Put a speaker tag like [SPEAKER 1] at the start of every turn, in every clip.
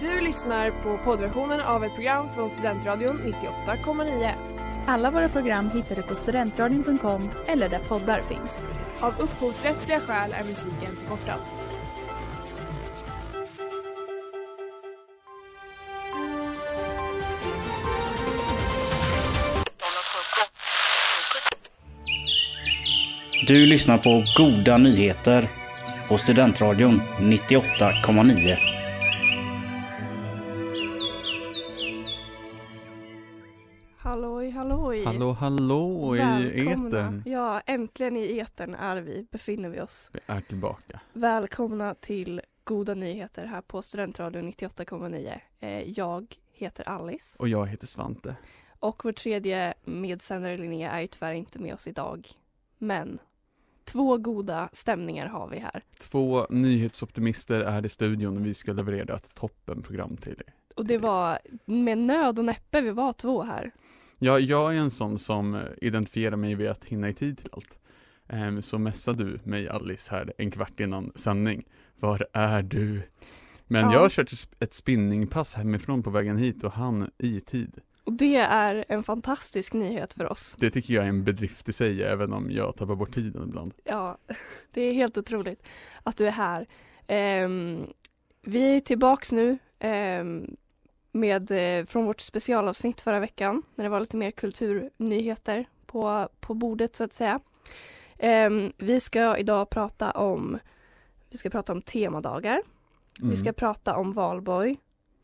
[SPEAKER 1] Du lyssnar på poddversionen av ett program från Studentradion 98,9.
[SPEAKER 2] Alla våra program hittar du på studentradion.com eller där poddar finns.
[SPEAKER 1] Av upphovsrättsliga skäl är musiken förkortad.
[SPEAKER 3] Du lyssnar på Goda Nyheter på Studentradion 98,9.
[SPEAKER 4] Halloj, halloj!
[SPEAKER 5] Hallå hallå i etern!
[SPEAKER 4] Ja, äntligen i etern är vi, befinner vi oss.
[SPEAKER 5] Vi är tillbaka.
[SPEAKER 4] Välkomna till Goda Nyheter här på Studentradion 98,9. Eh, Jag heter Alice
[SPEAKER 5] Och jag heter Svante.
[SPEAKER 4] och vår tredje medsändare Linnea är ju tyvärr inte med oss idag. Men två goda stämningar har vi här.
[SPEAKER 5] Två nyhetsoptimister är i studion och vi ska leverera ett toppenprogram till er.
[SPEAKER 4] Och det var med nöd och näppe vi var två här.
[SPEAKER 5] Ja, jag är en sån som eh, identifierar mig vid att hinna i tid till allt. Ehm, Så messade du mig Alice här en kvart innan sändning. Var är du? Men
[SPEAKER 4] Ja.
[SPEAKER 5] jag har kört ett spinningpass hemifrån på vägen hit och han i tid.
[SPEAKER 4] Och det är en fantastisk nyhet för oss.
[SPEAKER 5] Det tycker jag är en bedrift i sig, även om jag tappar bort tiden ibland.
[SPEAKER 4] Ja, det är helt otroligt att du är här. Ehm, vi är ju tillbaks nu ehm, med, eh, från vårt specialavsnitt förra veckan när det var lite mer kulturnyheter på, på bordet så att säga. Ehm, vi ska idag prata om, vi ska prata om temadagar, vi
[SPEAKER 5] Mm.
[SPEAKER 4] ska prata om valborg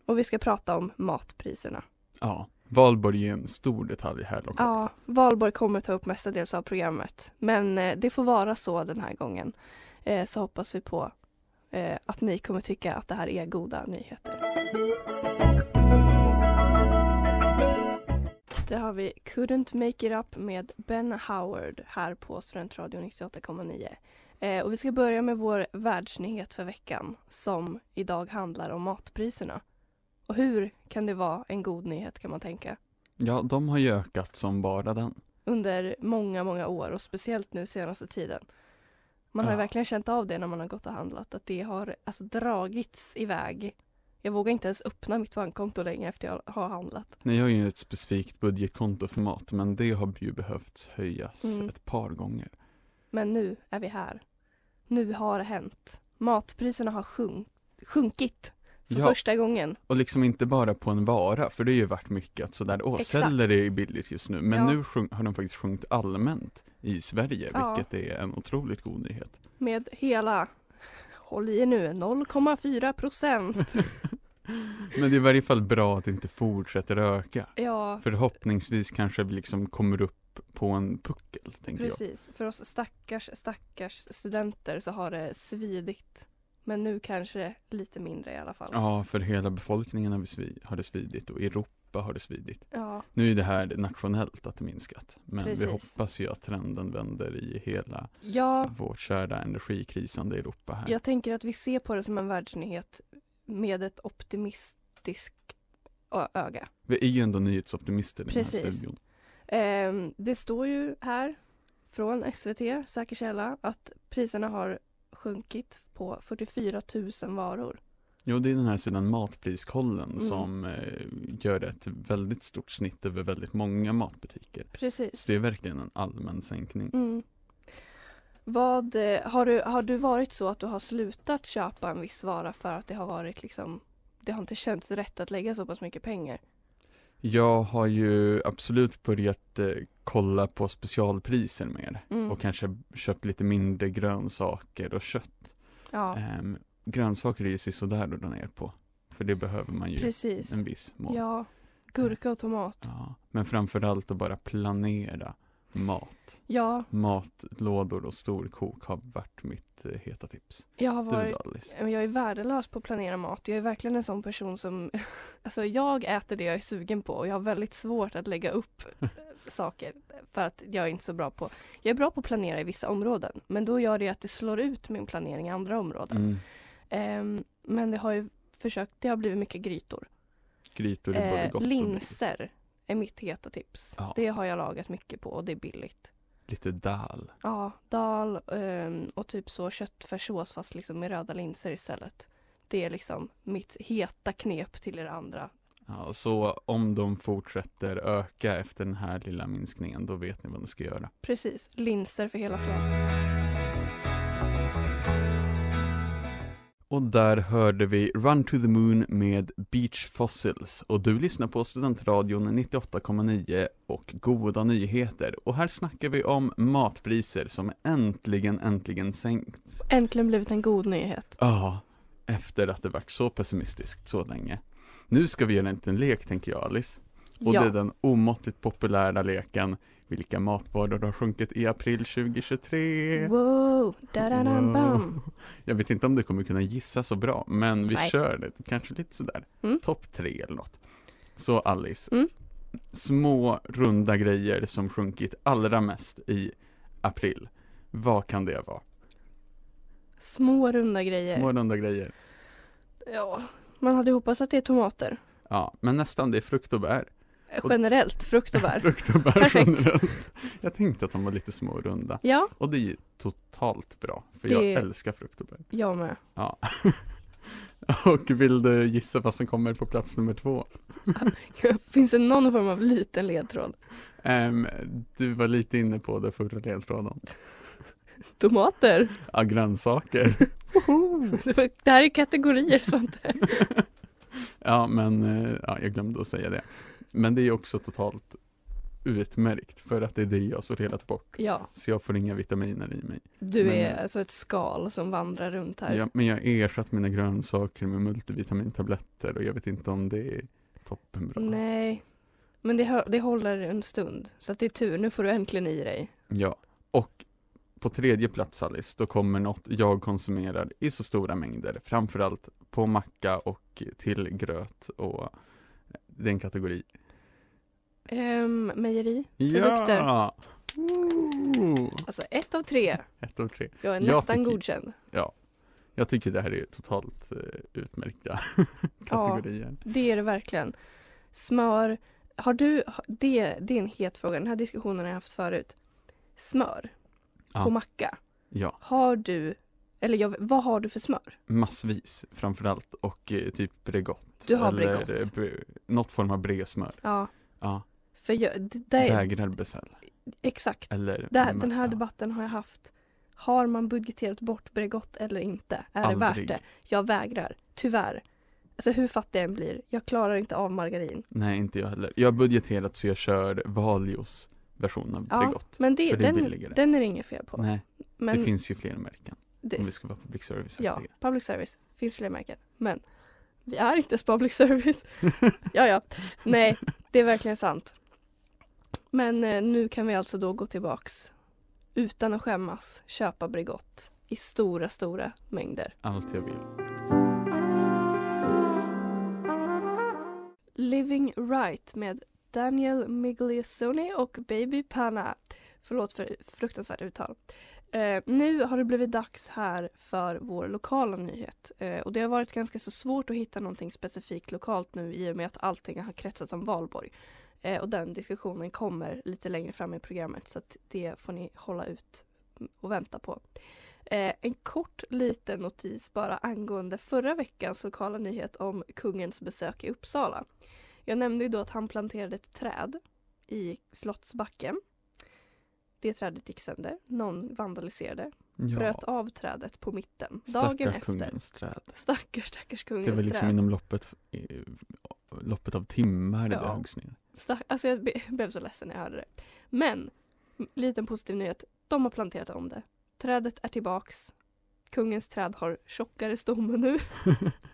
[SPEAKER 4] och vi ska prata om matpriserna.
[SPEAKER 5] Ja, Valborg är en stor detalj här lokalt.
[SPEAKER 4] Ja, valborg kommer ta upp mestadels av programmet. Men eh, det får vara så den här gången. Eh, så hoppas vi på eh, att ni kommer tycka att det här är goda nyheter. Där har vi Couldn't Make It Up med Ben Howard här på Studentradion 98,9. Eh, och vi ska börja med vår världsnyhet för veckan som idag handlar om matpriserna. Och hur kan det vara en god nyhet kan man tänka?
[SPEAKER 5] Ja, de har ju ökat som bara den.
[SPEAKER 4] under många, många år och speciellt nu senaste tiden. Man har ju
[SPEAKER 5] Ja.
[SPEAKER 4] verkligen känt av det när man har gått och handlat att det har alltså, dragits iväg. Jag vågar inte ens öppna mitt bankkonto längre efter jag har handlat.
[SPEAKER 5] Nej, jag har ju ett specifikt budgetkonto för mat, men det har ju behövts höjas
[SPEAKER 4] Mm.
[SPEAKER 5] ett par gånger.
[SPEAKER 4] Men nu är vi här. Nu har det hänt. Matpriserna har sjunk- sjunkit för
[SPEAKER 5] Ja.
[SPEAKER 4] första gången.
[SPEAKER 5] Och liksom inte bara på en vara, för det har ju varit mycket att sådär, åh,
[SPEAKER 4] Exakt.
[SPEAKER 5] selleri är billigt just nu, men
[SPEAKER 4] Ja.
[SPEAKER 5] nu sjunk, har de faktiskt sjunkit allmänt i Sverige,
[SPEAKER 4] Ja.
[SPEAKER 5] vilket är en otroligt god nyhet.
[SPEAKER 4] Med hela, håll i er nu, 0,4 procent.
[SPEAKER 5] Men det är i varje fall bra att det inte fortsätter öka.
[SPEAKER 4] Ja,
[SPEAKER 5] Förhoppningsvis kanske vi liksom kommer upp på en puckel, tänker jag.
[SPEAKER 4] Precis, för oss stackars, stackars studenter så har det svidit. Men nu kanske lite mindre i alla fall.
[SPEAKER 5] Ja, för hela befolkningen har, vi svi- har det svidit och Europa har det svidit.
[SPEAKER 4] Ja,
[SPEAKER 5] Nu är det här nationellt att det minskat, men vi
[SPEAKER 4] Precis.
[SPEAKER 5] hoppas ju att trenden vänder i hela
[SPEAKER 4] ja
[SPEAKER 5] vårt kära energikrisande Europa här.
[SPEAKER 4] jag tänker att vi ser på det som en världsnyhet med ett optimistiskt ö- öga.
[SPEAKER 5] Vi är ju ändå nyhetsoptimister i den här
[SPEAKER 4] Precis.
[SPEAKER 5] studion.
[SPEAKER 4] Ehm, det står ju här från SVT, säker källa, att priserna har sjunkit på 44 000 varor.
[SPEAKER 5] Jo, det är den här sidan Matpriskollen
[SPEAKER 4] Mm.
[SPEAKER 5] som eh, gör ett väldigt stort snitt över väldigt många matbutiker.
[SPEAKER 4] Precis.
[SPEAKER 5] Så det är verkligen en allmän sänkning.
[SPEAKER 4] Mm. Vad, eh, har, du, har du varit så att du har slutat köpa en viss vara för att det har varit liksom det har inte känts rätt att lägga så pass mycket pengar?
[SPEAKER 5] Jag har ju absolut börjat eh, kolla på specialpriser mer
[SPEAKER 4] Mm.
[SPEAKER 5] och kanske köpt lite mindre grönsaker och kött.
[SPEAKER 4] Ja,
[SPEAKER 5] Ehm, grönsaker är ju sisådär att dra ner på. För det behöver man ju
[SPEAKER 4] precis.
[SPEAKER 5] en viss mån. Ja.
[SPEAKER 4] Ja, gurka och tomat.
[SPEAKER 5] Men framförallt att bara planera mat.
[SPEAKER 4] Ja,
[SPEAKER 5] Matlådor och storkok har varit mitt eh, heta tips.
[SPEAKER 4] jag har
[SPEAKER 5] Du
[SPEAKER 4] varit eh,
[SPEAKER 5] då Alice?
[SPEAKER 4] jag är värdelös på att planera mat. Jag är verkligen en sån person som, alltså jag äter det jag är sugen på och jag har väldigt svårt att lägga upp eh, saker för att jag är inte så bra på, jag är bra på att planera i vissa områden men då gör det att det slår ut min planering i andra områden.
[SPEAKER 5] Mm.
[SPEAKER 4] Ehm, men det har ju försökt, det har blivit mycket grytor.
[SPEAKER 5] Grytor är både
[SPEAKER 4] Eh,
[SPEAKER 5] gott och billigt.
[SPEAKER 4] linser är mitt heta tips.
[SPEAKER 5] Ja.
[SPEAKER 4] Det har jag lagat mycket på och det är billigt.
[SPEAKER 5] Lite dal.
[SPEAKER 4] Ja, dal ehm, och typ så köttfärssås fast liksom med röda linser istället. Det är liksom mitt heta knep till er andra.
[SPEAKER 5] Ja, så om de fortsätter öka efter den här lilla minskningen, då vet ni vad ni ska göra.
[SPEAKER 4] Precis, linser för hela slan.
[SPEAKER 5] Och där hörde vi Run to the Moon med Beach Fossils och du lyssnar på Studentradion 98,9 och goda nyheter. Och här snackar vi om matpriser som äntligen, äntligen sänkts.
[SPEAKER 4] Äntligen blivit en god nyhet.
[SPEAKER 5] Ja, efter att det varit så pessimistiskt så länge. Nu ska vi göra en liten lek tänker jag Alice. Och det är den omåttligt populära leken Vilka matvaror har sjunkit i april 2023?
[SPEAKER 4] Wow, da-da-dam-bam.
[SPEAKER 5] Jag vet inte om du kommer kunna gissa så bra, men vi
[SPEAKER 4] Nej.
[SPEAKER 5] kör det. Kanske lite sådär,
[SPEAKER 4] Mm.
[SPEAKER 5] topp tre eller något. Så Alice,
[SPEAKER 4] Mm.
[SPEAKER 5] små runda grejer som sjunkit allra mest i april. Vad kan det vara?
[SPEAKER 4] Små runda grejer.
[SPEAKER 5] Små runda grejer.
[SPEAKER 4] Ja, man hade hoppats att det är tomater.
[SPEAKER 5] Ja, men nästan, det är frukt och bär.
[SPEAKER 4] Eh, Generellt, frukt och bär.
[SPEAKER 5] Frukt och bär
[SPEAKER 4] Perfekt.
[SPEAKER 5] generellt. Jag tänkte att de var lite små och runda.
[SPEAKER 4] Ja,
[SPEAKER 5] Och det är ju totalt bra, för
[SPEAKER 4] Det-
[SPEAKER 5] jag älskar frukt och bär.
[SPEAKER 4] jag med.
[SPEAKER 5] Ja. och vill du gissa vad som kommer på plats nummer två?
[SPEAKER 4] Finns det någon form av liten ledtråd?
[SPEAKER 5] Ehm, du var lite inne på det förra ledtråden.
[SPEAKER 4] Tomater?
[SPEAKER 5] Ja, grönsaker.
[SPEAKER 4] det här är kategorier Svante.
[SPEAKER 5] ja, men eh, ja, jag glömde att säga det. Men det är också totalt utmärkt för att det är det jag sorterat bort.
[SPEAKER 4] Ja,
[SPEAKER 5] Så jag får inga vitaminer i mig.
[SPEAKER 4] du
[SPEAKER 5] Men-
[SPEAKER 4] är alltså ett skal som vandrar runt här.
[SPEAKER 5] Ja, men jag har ersatt mina grönsaker med multivitamintabletter och jag vet inte om det är toppenbra.
[SPEAKER 4] Nej, men det, hö- det håller en stund. Så att det är tur, nu får du äntligen i dig.
[SPEAKER 5] Ja, och på tredje plats Alice, då kommer något jag konsumerar i så stora mängder, framförallt på macka och till gröt och eh, det är en kategori.
[SPEAKER 4] Ehm, mejeri? Produkter.
[SPEAKER 5] Ja! Woo!
[SPEAKER 4] Alltså ett av tre.
[SPEAKER 5] Ett av tre.
[SPEAKER 4] Jag är
[SPEAKER 5] Jag
[SPEAKER 4] nästan
[SPEAKER 5] tycker-
[SPEAKER 4] godkänd.
[SPEAKER 5] Jag tycker det här är totalt eh, utmärkta kategorier.
[SPEAKER 4] Det är det verkligen. Smör. Har du, det, det är en het fråga, den här diskussionen har jag haft förut. Smör
[SPEAKER 5] Ja.
[SPEAKER 4] på macka.
[SPEAKER 5] Ja,
[SPEAKER 4] Har du, eller jag, vad har du för smör?
[SPEAKER 5] massvis framförallt och eh, typ Bregott.
[SPEAKER 4] Du har
[SPEAKER 5] eller,
[SPEAKER 4] Bregott.
[SPEAKER 5] eh, bre- något form av bredsmör.
[SPEAKER 4] Ja.
[SPEAKER 5] Ja,
[SPEAKER 4] För jag, det, där,
[SPEAKER 5] vägrar beställa.
[SPEAKER 4] exakt.
[SPEAKER 5] Eller
[SPEAKER 4] Där, den här
[SPEAKER 5] ja,
[SPEAKER 4] debatten har jag haft. Har man budgeterat bort Bregott eller inte? Är det
[SPEAKER 5] aldrig.
[SPEAKER 4] värt det? Jag vägrar, tyvärr. Alltså hur fattig jag än blir, jag klarar inte av margarin.
[SPEAKER 5] Nej, inte jag heller. Jag har budgeterat så jag kör Valios version av
[SPEAKER 4] Ja,
[SPEAKER 5] Bregott.
[SPEAKER 4] Men det,
[SPEAKER 5] För det är
[SPEAKER 4] den,
[SPEAKER 5] billigare.
[SPEAKER 4] den är det inget fel på.
[SPEAKER 5] Nej,
[SPEAKER 4] Men
[SPEAKER 5] det finns ju fler märken.
[SPEAKER 4] det-
[SPEAKER 5] Om vi ska vara public service
[SPEAKER 4] Ja, public service. Finns fler märken. Men vi är inte ens public service. ja, ja. Nej, det är verkligen sant. Men eh, nu kan vi alltså då gå tillbaks utan att skämmas köpa Bregott i stora, stora mängder.
[SPEAKER 5] Allt jag vill.
[SPEAKER 4] Living Right med Daniel Migliassoni och Baby Panna. Förlåt för fruktansvärt uttal. Eh, nu har det blivit dags här för vår lokala nyhet. Eh, och det har varit ganska så svårt att hitta någonting specifikt lokalt nu i och med att allting har kretsat om valborg. Eh, och den diskussionen kommer lite längre fram i programmet så att det får ni hålla ut och vänta på. Eh, en kort liten notis bara angående förra veckans lokala nyhet om kungens besök i Uppsala. Jag nämnde ju då att han planterade ett träd i Slottsbacken. Det trädet gick sönder, någon vandaliserade,
[SPEAKER 5] Ja,
[SPEAKER 4] bröt av trädet på mitten. Dagen
[SPEAKER 5] stackars
[SPEAKER 4] efter.
[SPEAKER 5] kungens träd.
[SPEAKER 4] Stackars, stackars kungens
[SPEAKER 5] Det var liksom
[SPEAKER 4] träd.
[SPEAKER 5] inom loppet, eh, loppet av timmar det
[SPEAKER 4] Ja.
[SPEAKER 5] där höggs ner.
[SPEAKER 4] Stack, alltså jag be, blev så ledsen när jag hörde det. Men, m- liten positiv nyhet. De har planterat om det. Trädet är tillbaks. Kungens träd har tjockare stomme nu.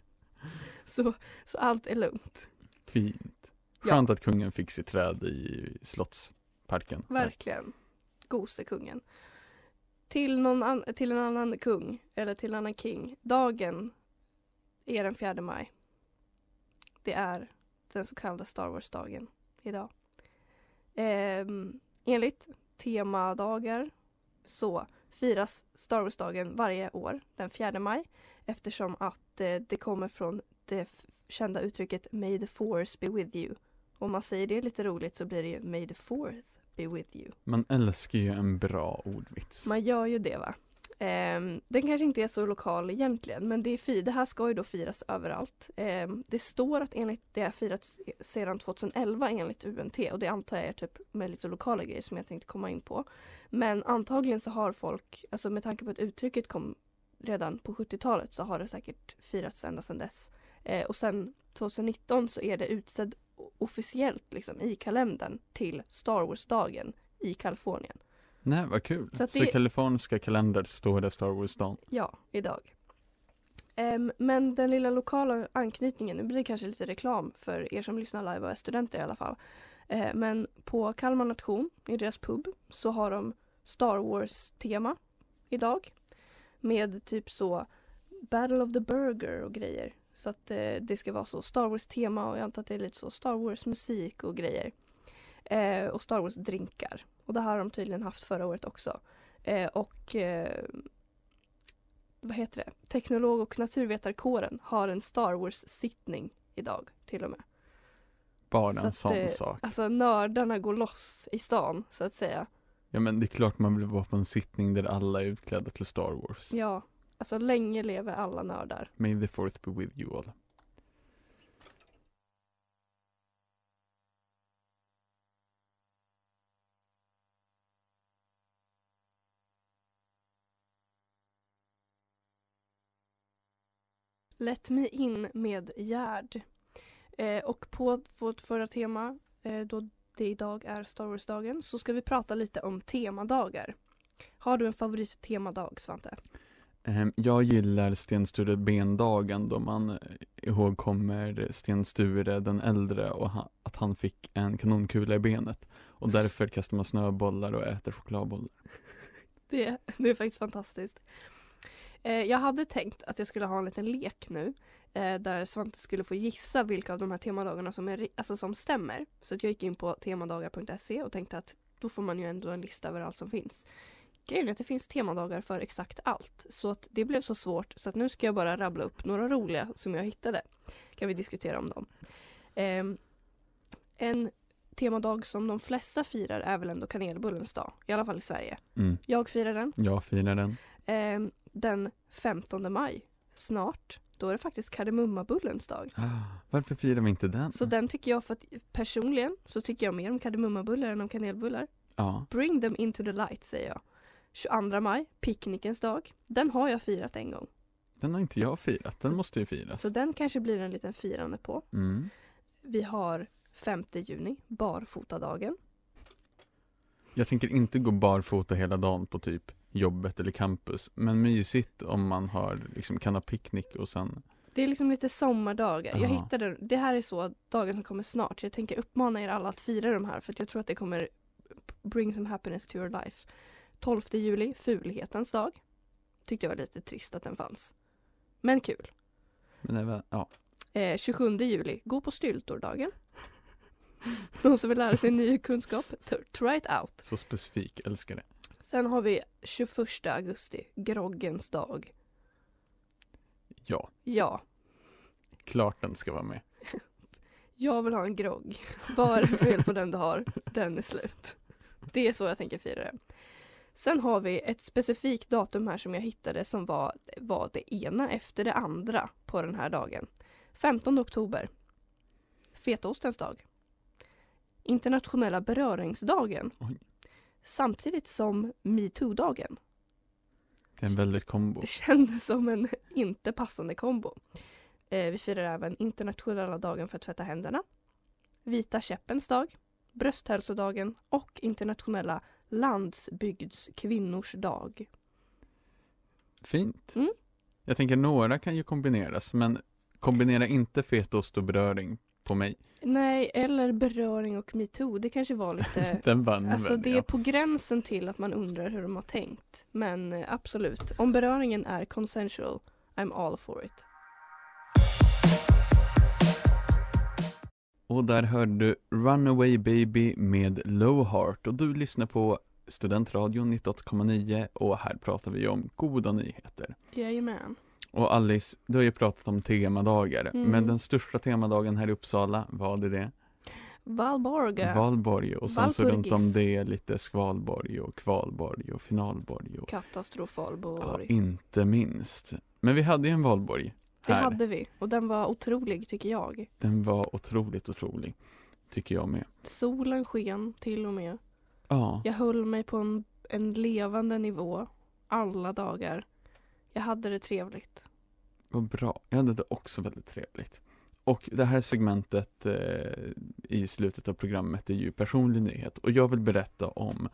[SPEAKER 4] så, så allt är lugnt.
[SPEAKER 5] Fint.
[SPEAKER 4] Ja.
[SPEAKER 5] Skönt att kungen fick sitt träd i slottsparken.
[SPEAKER 4] Verkligen. Gose kungen. Till, någon an- till en annan kung, eller till en annan king. Dagen är den 4 maj. Det är den så kallade Star Wars-dagen idag. Ehm, enligt temadagar så firas Star Wars-dagen varje år den 4 maj eftersom att eh, det kommer från det f- kända uttrycket May the force be with you. Om man säger det lite roligt så blir det ju May the fourth be with you.
[SPEAKER 5] Man älskar ju en bra ordvits.
[SPEAKER 4] Man gör ju det va. Ehm, den kanske inte är så lokal egentligen men det, är fi- det här ska ju då firas överallt. Ehm, det står att enligt det har firats sedan 2011 enligt UNT och det antar jag är typ med lite lokala grejer som jag tänkte komma in på. Men antagligen så har folk, alltså med tanke på att uttrycket kom redan på 70-talet så har det säkert firats ända sedan dess. Eh, och sen 2019 så är det utsedd o- officiellt liksom i kalendern till Star Wars-dagen i Kalifornien.
[SPEAKER 5] Nej, vad kul.
[SPEAKER 4] Så
[SPEAKER 5] Så,
[SPEAKER 4] att det-
[SPEAKER 5] i kaliforniska kalendern står det Star Wars-dagen.
[SPEAKER 4] Ja, idag. Ehm, men den lilla lokala anknytningen, nu blir det kanske lite reklam för er som lyssnar live och är studenter i alla fall. Eh, men på Kalmar Nation, i deras pub, så har de Star Wars-tema idag. Med typ så Battle of the Burger och grejer. Så att eh, det ska vara så Star Wars-tema och jag antar att det är lite så Star Wars-musik och grejer. Eh, och Star Wars-drinkar. Och det här har de tydligen haft förra året också. Eh, och eh, vad heter det, teknolog och naturvetarkåren har en Star Wars-sittning idag till och med.
[SPEAKER 5] Bara
[SPEAKER 4] Så
[SPEAKER 5] en
[SPEAKER 4] att,
[SPEAKER 5] sån
[SPEAKER 4] eh,
[SPEAKER 5] sak.
[SPEAKER 4] Alltså nördarna går loss i stan så att säga.
[SPEAKER 5] Ja men det är klart man vill vara på en sittning där alla är utklädda till Star Wars.
[SPEAKER 4] Ja, alltså länge lever alla nördar.
[SPEAKER 5] May the fourth be with you all.
[SPEAKER 4] Let Me In med Gerd. Eh, och på vårt förra tema, eh, då det idag är Star Wars-dagen, så ska vi prata lite om temadagar. Har du en favorittemadag, Svante?
[SPEAKER 5] Ehm, Jag gillar Sten Sture Ben-dagen då man eh, ihågkommer Sten Sture den äldre och ha- att han fick en kanonkula i benet. Och därför kastar man snöbollar och äter chokladbollar.
[SPEAKER 4] Det, det är faktiskt fantastiskt. Eh, jag hade tänkt att jag skulle ha en liten lek nu eh, där Svante skulle få gissa vilka av de här temadagarna som, är, ri- alltså, som stämmer. Så att jag gick in på temadagar.se och tänkte att då får man ju ändå en lista över allt som finns. Grejen är att det finns temadagar för exakt allt så att det blev så svårt så att nu ska jag bara rabbla upp några roliga som jag hittade. Kan vi diskutera om dem. Ehm, en temadag som de flesta firar är väl ändå kanelbullens dag, i alla fall i Sverige.
[SPEAKER 5] Mm,
[SPEAKER 4] Jag firar den
[SPEAKER 5] jag firar den.
[SPEAKER 4] Ehm, den 15 maj snart. Då är det faktiskt kardemummabullens dag.
[SPEAKER 5] Ah, Varför firar vi inte den?
[SPEAKER 4] Så den tycker jag för att personligen så tycker jag mer om kardemummabullar än om kanelbullar.
[SPEAKER 5] Ja,
[SPEAKER 4] Bring them into the light säger jag. 22 maj, picknickens dag. Den har jag firat en gång.
[SPEAKER 5] den har inte jag firat. Den måste ju firas.
[SPEAKER 4] Så den kanske blir en liten firande på.
[SPEAKER 5] Mm.
[SPEAKER 4] Vi har 5 juni, barfotadagen.
[SPEAKER 5] Jag tänker inte gå barfota hela dagen på typ jobbet eller campus. Men mysigt om man har, liksom, kan ha picknick och sen
[SPEAKER 4] Det är liksom lite sommardagar. Jag
[SPEAKER 5] Ja.
[SPEAKER 4] hittade, det här är så dagen som kommer snart. Så jag tänker uppmana er alla att fira de här för att jag tror att det kommer bring some happiness to your life. 12 juli, fulhetens dag. Tyckte jag var lite trist att den fanns. Men kul.
[SPEAKER 5] Men även, ja.
[SPEAKER 4] Eh, 27 juli, gå på styltordagen. De som vill lära sig ny kunskap, t- try it out.
[SPEAKER 5] Så specifik, älskar det.
[SPEAKER 4] Sen har vi 21 augusti, groggens dag.
[SPEAKER 5] Ja,
[SPEAKER 4] Ja,
[SPEAKER 5] klart den ska vara med.
[SPEAKER 4] Jag vill ha en grogg. Bara fel på den du har. Den är slut. Det är så jag tänker fira det. Sen har vi ett specifikt datum här som jag hittade som var, var det ena efter det andra på den här dagen. 15 oktober. Fetaostens dag. Internationella beröringsdagen.
[SPEAKER 5] Oj.
[SPEAKER 4] Samtidigt som metoo-dagen.
[SPEAKER 5] Det är en väldigt kombo.
[SPEAKER 4] Det kändes som en inte passande kombo. Eh, vi firar även internationella dagen för att tvätta händerna, vita käppens dag, brösthälsodagen och internationella landsbygdskvinnors dag.
[SPEAKER 5] Fint.
[SPEAKER 4] Mm.
[SPEAKER 5] Jag tänker några kan ju kombineras, men kombinera inte fetaost och beröring på mig.
[SPEAKER 4] Nej, eller beröring och metoo, det kanske var lite...
[SPEAKER 5] Den vann
[SPEAKER 4] Alltså
[SPEAKER 5] väl,
[SPEAKER 4] det är
[SPEAKER 5] ja.
[SPEAKER 4] på gränsen till att man undrar hur de har tänkt. Men eh, absolut, om beröringen är consensual, I'm all for it.
[SPEAKER 5] Och där hörde du Runaway Baby med Low Heart och du lyssnar på Studentradion 98,9 och här pratar vi om goda nyheter.
[SPEAKER 4] Jajamän.
[SPEAKER 5] Och Alice, du har ju pratat om temadagar,
[SPEAKER 4] Mm.
[SPEAKER 5] men den största temadagen här i Uppsala, vad är det?
[SPEAKER 4] Valborga.
[SPEAKER 5] Valborg och sen så runt om
[SPEAKER 4] Valpurgis.
[SPEAKER 5] det lite Skvalborg och Kvalborg och Finalborg och ja,
[SPEAKER 4] Katastrofalborg.
[SPEAKER 5] inte minst. Men vi hade ju en valborg
[SPEAKER 4] det
[SPEAKER 5] här.
[SPEAKER 4] hade vi och den var otrolig tycker jag.
[SPEAKER 5] Den var otroligt otrolig, tycker jag med.
[SPEAKER 4] Solen sken till och med.
[SPEAKER 5] Ja,
[SPEAKER 4] Jag höll mig på en, en levande nivå alla dagar. Jag hade det trevligt.
[SPEAKER 5] vad bra. Jag hade det också väldigt trevligt. Och det här segmentet eh, i slutet av programmet är ju personlig nyhet och jag vill berätta om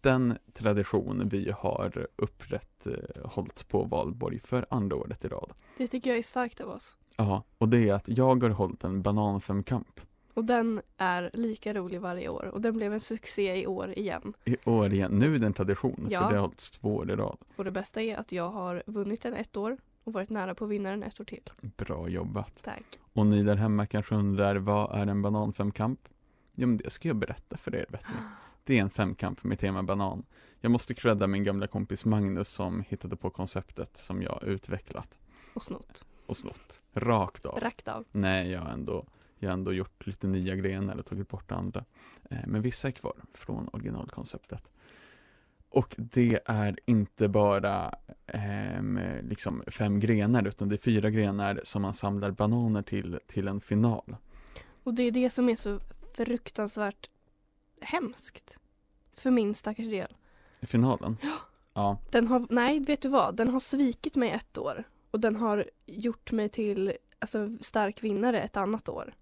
[SPEAKER 5] den tradition vi har upprätthållit på valborg för andra året i rad.
[SPEAKER 4] Det tycker jag är starkt av oss.
[SPEAKER 5] Ja, och det är att jag har hållit en bananfemkamp
[SPEAKER 4] Och den är lika rolig varje år och den blev en succé i år igen.
[SPEAKER 5] i år igen. Nu är det en tradition,
[SPEAKER 4] Ja.
[SPEAKER 5] för det har hållits två år i rad.
[SPEAKER 4] Och det bästa är att jag har vunnit den ett år och varit nära på att vinna den ett år till.
[SPEAKER 5] Bra jobbat.
[SPEAKER 4] Tack.
[SPEAKER 5] Och ni där hemma kanske undrar, vad är en bananfemkamp? Ja, men det ska jag berätta för er, vet ni. Det är en femkamp med tema banan. Jag måste credda min gamla kompis Magnus som hittade på konceptet som jag utvecklat
[SPEAKER 4] Och snott.
[SPEAKER 5] och snott. Rakt av.
[SPEAKER 4] Rakt av.
[SPEAKER 5] Nej, jag har ändå, jag har ändå gjort lite nya grenar och tagit bort andra. Eh, Men vissa är kvar från originalkonceptet. Och det är inte bara ehm, liksom fem grenar utan det är fyra grenar som man samlar bananer till, till en final.
[SPEAKER 4] Och det är det som är så fruktansvärt hemskt. För min stackars del.
[SPEAKER 5] I finalen? Ja.
[SPEAKER 4] Den har, nej vet du vad, den har svikit mig ett år. Och den har gjort mig till alltså, stark vinnare ett annat år.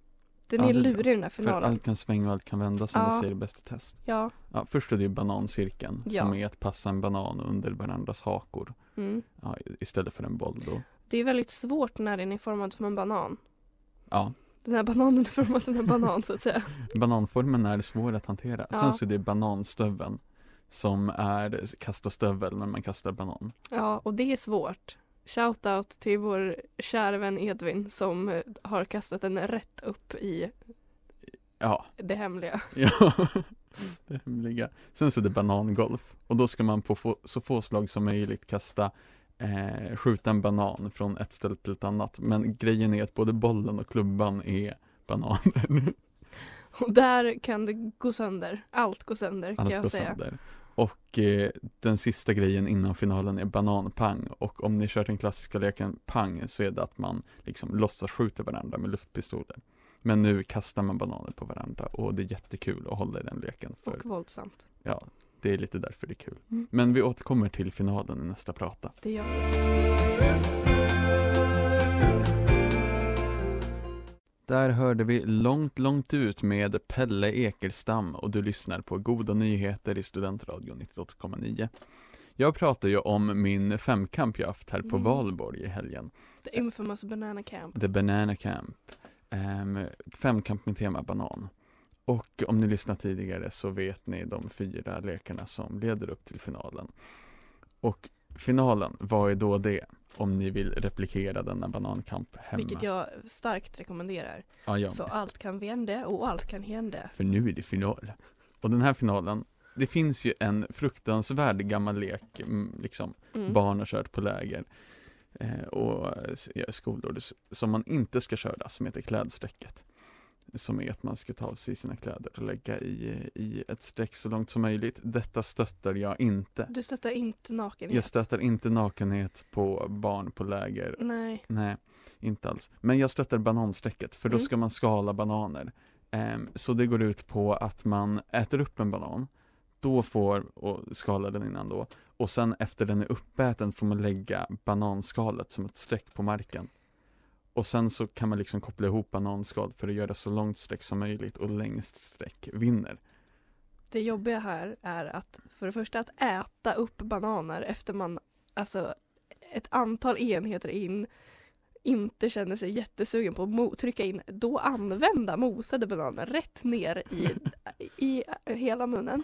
[SPEAKER 4] Den
[SPEAKER 5] Ja,
[SPEAKER 4] är
[SPEAKER 5] det är bra.
[SPEAKER 4] lurig den här
[SPEAKER 5] För
[SPEAKER 4] finalen.
[SPEAKER 5] allt kan svänga och allt kan vända som de
[SPEAKER 4] Ja.
[SPEAKER 5] säger i Bäst i test.
[SPEAKER 4] Ja.
[SPEAKER 5] Ja, först är det ju banancirkeln
[SPEAKER 4] Ja.
[SPEAKER 5] som är att passa en banan under varandras hakor
[SPEAKER 4] Mm.
[SPEAKER 5] ja, istället för en boll då.
[SPEAKER 4] Det är väldigt svårt när den är formad som en banan.
[SPEAKER 5] Ja,
[SPEAKER 4] Den här bananen är formad som en banan så att säga.
[SPEAKER 5] Bananformen är svår att hantera.
[SPEAKER 4] Ja.
[SPEAKER 5] Sen så är det bananstöveln som är kasta stövel när man kastar banan.
[SPEAKER 4] Ja, och det är svårt. Shoutout till vår kära vän Edvin som eh, har kastat den rätt upp i
[SPEAKER 5] Ja,
[SPEAKER 4] det hemliga.
[SPEAKER 5] ja. det hemliga. Sen så är det banangolf och då ska man på få, så få slag som möjligt kasta eh, skjuta en banan från ett ställe till ett annat. Men grejen är att både bollen och klubban är bananer.
[SPEAKER 4] Och där kan det gå sönder. Allt går sönder kan
[SPEAKER 5] Allt
[SPEAKER 4] jag
[SPEAKER 5] går
[SPEAKER 4] säga.
[SPEAKER 5] sönder. Och eh, den sista grejen innan finalen är bananpang och om ni kört den klassiska leken pang så är det att man liksom låtsas skjuta varandra med luftpistoler. Men nu kastar man bananer på varandra och det är jättekul att hålla i den leken för
[SPEAKER 4] Och våldsamt.
[SPEAKER 5] ja, det är lite därför det är kul.
[SPEAKER 4] Mm.
[SPEAKER 5] Men vi återkommer till finalen i nästa prata.
[SPEAKER 4] Det gör vi.
[SPEAKER 5] Där hörde vi långt, långt ut med Pelle Ekelstam och du lyssnar på Goda Nyheter i Studentradion 98,9. Jag pratar ju om min femkamp jag haft här på
[SPEAKER 4] Mm.
[SPEAKER 5] Valborg i helgen,
[SPEAKER 4] The infamous banana camp.
[SPEAKER 5] The Banana Camp. Ehm, femkamp med tema banan. Och om ni lyssnat tidigare så vet ni de fyra lekarna som leder upp till finalen. Och finalen, vad är då det? Om ni vill replikera denna banankamp hemma.
[SPEAKER 4] Vilket jag starkt rekommenderar.
[SPEAKER 5] ja, jag
[SPEAKER 4] För
[SPEAKER 5] med.
[SPEAKER 4] allt kan vända och allt kan hända.
[SPEAKER 5] För nu är det final. Och den här finalen, det finns ju en fruktansvärd gammal lek, mm, liksom
[SPEAKER 4] Mm.
[SPEAKER 5] barn har kört på läger eh, och eh, s- ja, skolor s- som man inte ska köra, som heter klädstrecket. Som är att man ska ta av sig sina kläder och lägga i, eh, i ett streck så långt som möjligt. Detta stöttar jag inte.
[SPEAKER 4] Du stöttar inte nakenhet.
[SPEAKER 5] Jag stöttar inte nakenhet på barn på läger
[SPEAKER 4] Nej.
[SPEAKER 5] Nej, inte alls. Men jag stöttar bananstrecket för då
[SPEAKER 4] Mm.
[SPEAKER 5] ska man skala bananer. Ehm, så det går ut på att man äter upp en banan, då får, och skalar den innan då, och sen efter den är uppäten får man lägga bananskalet som ett streck på marken. Och sen så kan man liksom koppla ihop bananskal för att göra så långt streck som möjligt och längst streck vinner.
[SPEAKER 4] Det jobbiga här är att för det första att äta upp bananer efter man alltså ett antal enheter in inte känner sig jättesugen på att mo- trycka in, då använda mosade bananer rätt ner i, i eh, hela munnen.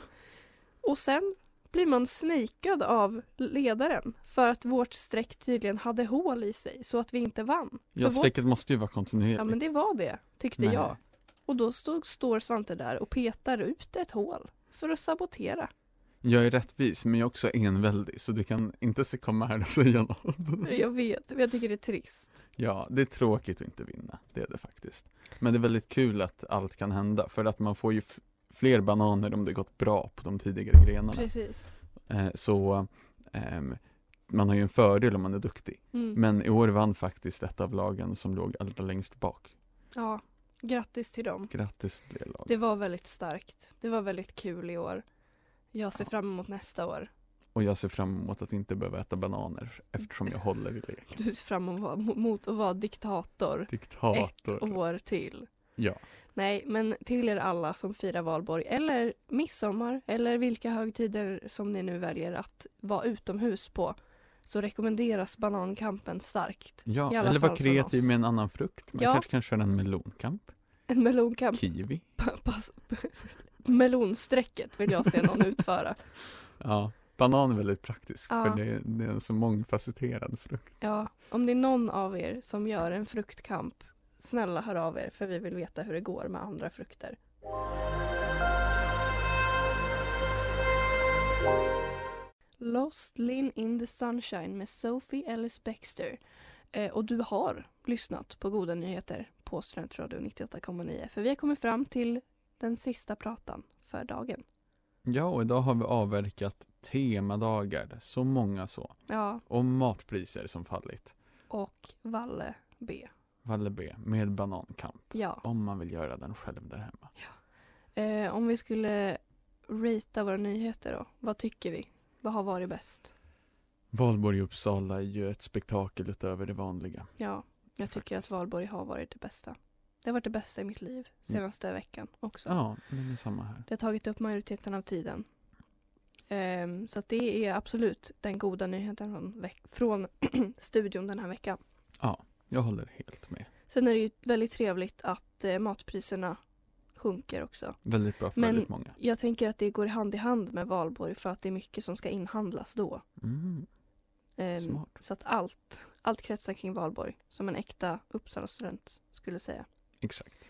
[SPEAKER 4] Och sen blir man snikad av ledaren för att vårt streck tydligen hade hål i sig så att vi inte vann. För
[SPEAKER 5] Ja,
[SPEAKER 4] vår-
[SPEAKER 5] strecket måste ju vara kontinuerligt.
[SPEAKER 4] Ja men det var det, tyckte
[SPEAKER 5] Nej.
[SPEAKER 4] jag. Och då stod, står Svante där och petar ut ett hål för att sabotera.
[SPEAKER 5] Jag är rättvis, men jag är också enväldig, så du kan inte se- komma här och säga något.
[SPEAKER 4] Jag vet, men jag tycker det är trist.
[SPEAKER 5] Ja, det är tråkigt att inte vinna. Det är det faktiskt. Men det är väldigt kul att allt kan hända, för att man får ju f- fler bananer om det gått bra på de tidigare grenarna.
[SPEAKER 4] Precis.
[SPEAKER 5] Eh, så ehm, man har ju en fördel om man är duktig.
[SPEAKER 4] Mm.
[SPEAKER 5] Men i år vann faktiskt ett av lagen som låg allra längst bak.
[SPEAKER 4] Ja, grattis till dem.
[SPEAKER 5] Grattis till det laget.
[SPEAKER 4] Det var väldigt starkt. Det var väldigt kul i år. Jag ser
[SPEAKER 5] Ja.
[SPEAKER 4] fram emot nästa år.
[SPEAKER 5] Och jag ser fram emot att inte behöva äta bananer eftersom jag håller i leken.
[SPEAKER 4] Du ser fram emot att vara diktator ett
[SPEAKER 5] Diktator.
[SPEAKER 4] år till.
[SPEAKER 5] Ja.
[SPEAKER 4] Nej, men till er alla som firar valborg eller midsommar eller vilka högtider som ni nu väljer att vara utomhus på så rekommenderas banankampen starkt.
[SPEAKER 5] Ja,
[SPEAKER 4] I alla
[SPEAKER 5] eller
[SPEAKER 4] fall från
[SPEAKER 5] vara kreativ
[SPEAKER 4] oss.
[SPEAKER 5] med en annan frukt. Man
[SPEAKER 4] Ja.
[SPEAKER 5] kanske kan köra en melonkamp,
[SPEAKER 4] En melonkamp,
[SPEAKER 5] kiwi.
[SPEAKER 4] pass, melonsträcket vill jag se någon utföra.
[SPEAKER 5] Ja, banan är väldigt praktisk
[SPEAKER 4] Ja.
[SPEAKER 5] för det, det är en så mångfacetterad frukt.
[SPEAKER 4] Ja, om det är någon av er som gör en fruktkamp, snälla hör av er för vi vill veta hur det går med andra frukter. Lost Lin in the Sunshine med Sophie Ellis Bexter. Eh, och du har lyssnat på Goda Nyheter på Studentradio 98,9 för vi har kommit fram till den sista pratan för dagen.
[SPEAKER 5] Ja, och idag har vi avverkat temadagar, så många så.
[SPEAKER 4] Ja,
[SPEAKER 5] Och matpriser som fallit.
[SPEAKER 4] och Valle B.
[SPEAKER 5] Valle B med banankamp,
[SPEAKER 4] Ja.
[SPEAKER 5] om man vill göra den själv där hemma.
[SPEAKER 4] Eh, om vi skulle ratea våra nyheter då, vad tycker vi? Vad har varit bäst?
[SPEAKER 5] Valborg i Uppsala är ju ett spektakel utöver det vanliga.
[SPEAKER 4] Ja, jag tycker
[SPEAKER 5] Faktiskt. Mm.
[SPEAKER 4] att Valborg har varit det bästa. Det har varit det bästa i mitt liv senaste veckan också.
[SPEAKER 5] Ja, det är samma här.
[SPEAKER 4] Det har tagit upp majoriteten av tiden. Ehm, så att det är absolut den goda nyheten från, veck- från studion den här veckan.
[SPEAKER 5] Ja, jag håller helt med.
[SPEAKER 4] Sen är det ju väldigt trevligt att eh, matpriserna sjunker också.
[SPEAKER 5] Väldigt bra för
[SPEAKER 4] Men-
[SPEAKER 5] väldigt många.
[SPEAKER 4] Jag tänker att det går hand i hand med Valborg för att det är mycket som ska inhandlas då.
[SPEAKER 5] Mm.
[SPEAKER 4] Ehm,
[SPEAKER 5] Smart.
[SPEAKER 4] Så att allt, allt kretsar kring Valborg, som en äkta Uppsala-student skulle säga.
[SPEAKER 5] Exakt.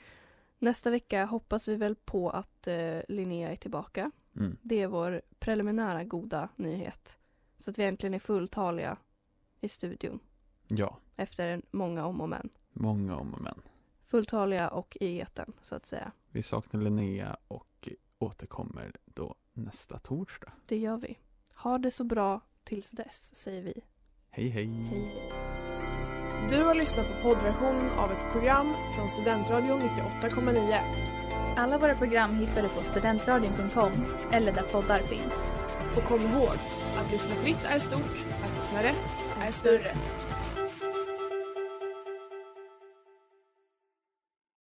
[SPEAKER 4] Nästa vecka hoppas vi väl på att eh, Linnea är tillbaka.
[SPEAKER 5] Mm.
[SPEAKER 4] Det är vår preliminära goda nyhet. Så att vi äntligen är fulltaliga i studion
[SPEAKER 5] Ja,
[SPEAKER 4] efter en- många om och men.
[SPEAKER 5] många om och men.
[SPEAKER 4] Fulltaliga och i etern, så att säga.
[SPEAKER 5] Vi saknar Linnea och återkommer då nästa torsdag.
[SPEAKER 4] Det gör vi. Ha det så bra tills dess, säger vi.
[SPEAKER 5] hej.
[SPEAKER 4] Hej, hej.
[SPEAKER 1] Du har lyssnat på poddversionen av ett program från Studentradion 98,9.
[SPEAKER 2] Alla våra program hittar du på studentradion.com eller där poddar finns.
[SPEAKER 1] Och kom ihåg, att lyssna fritt är stort, att lyssna rätt är större.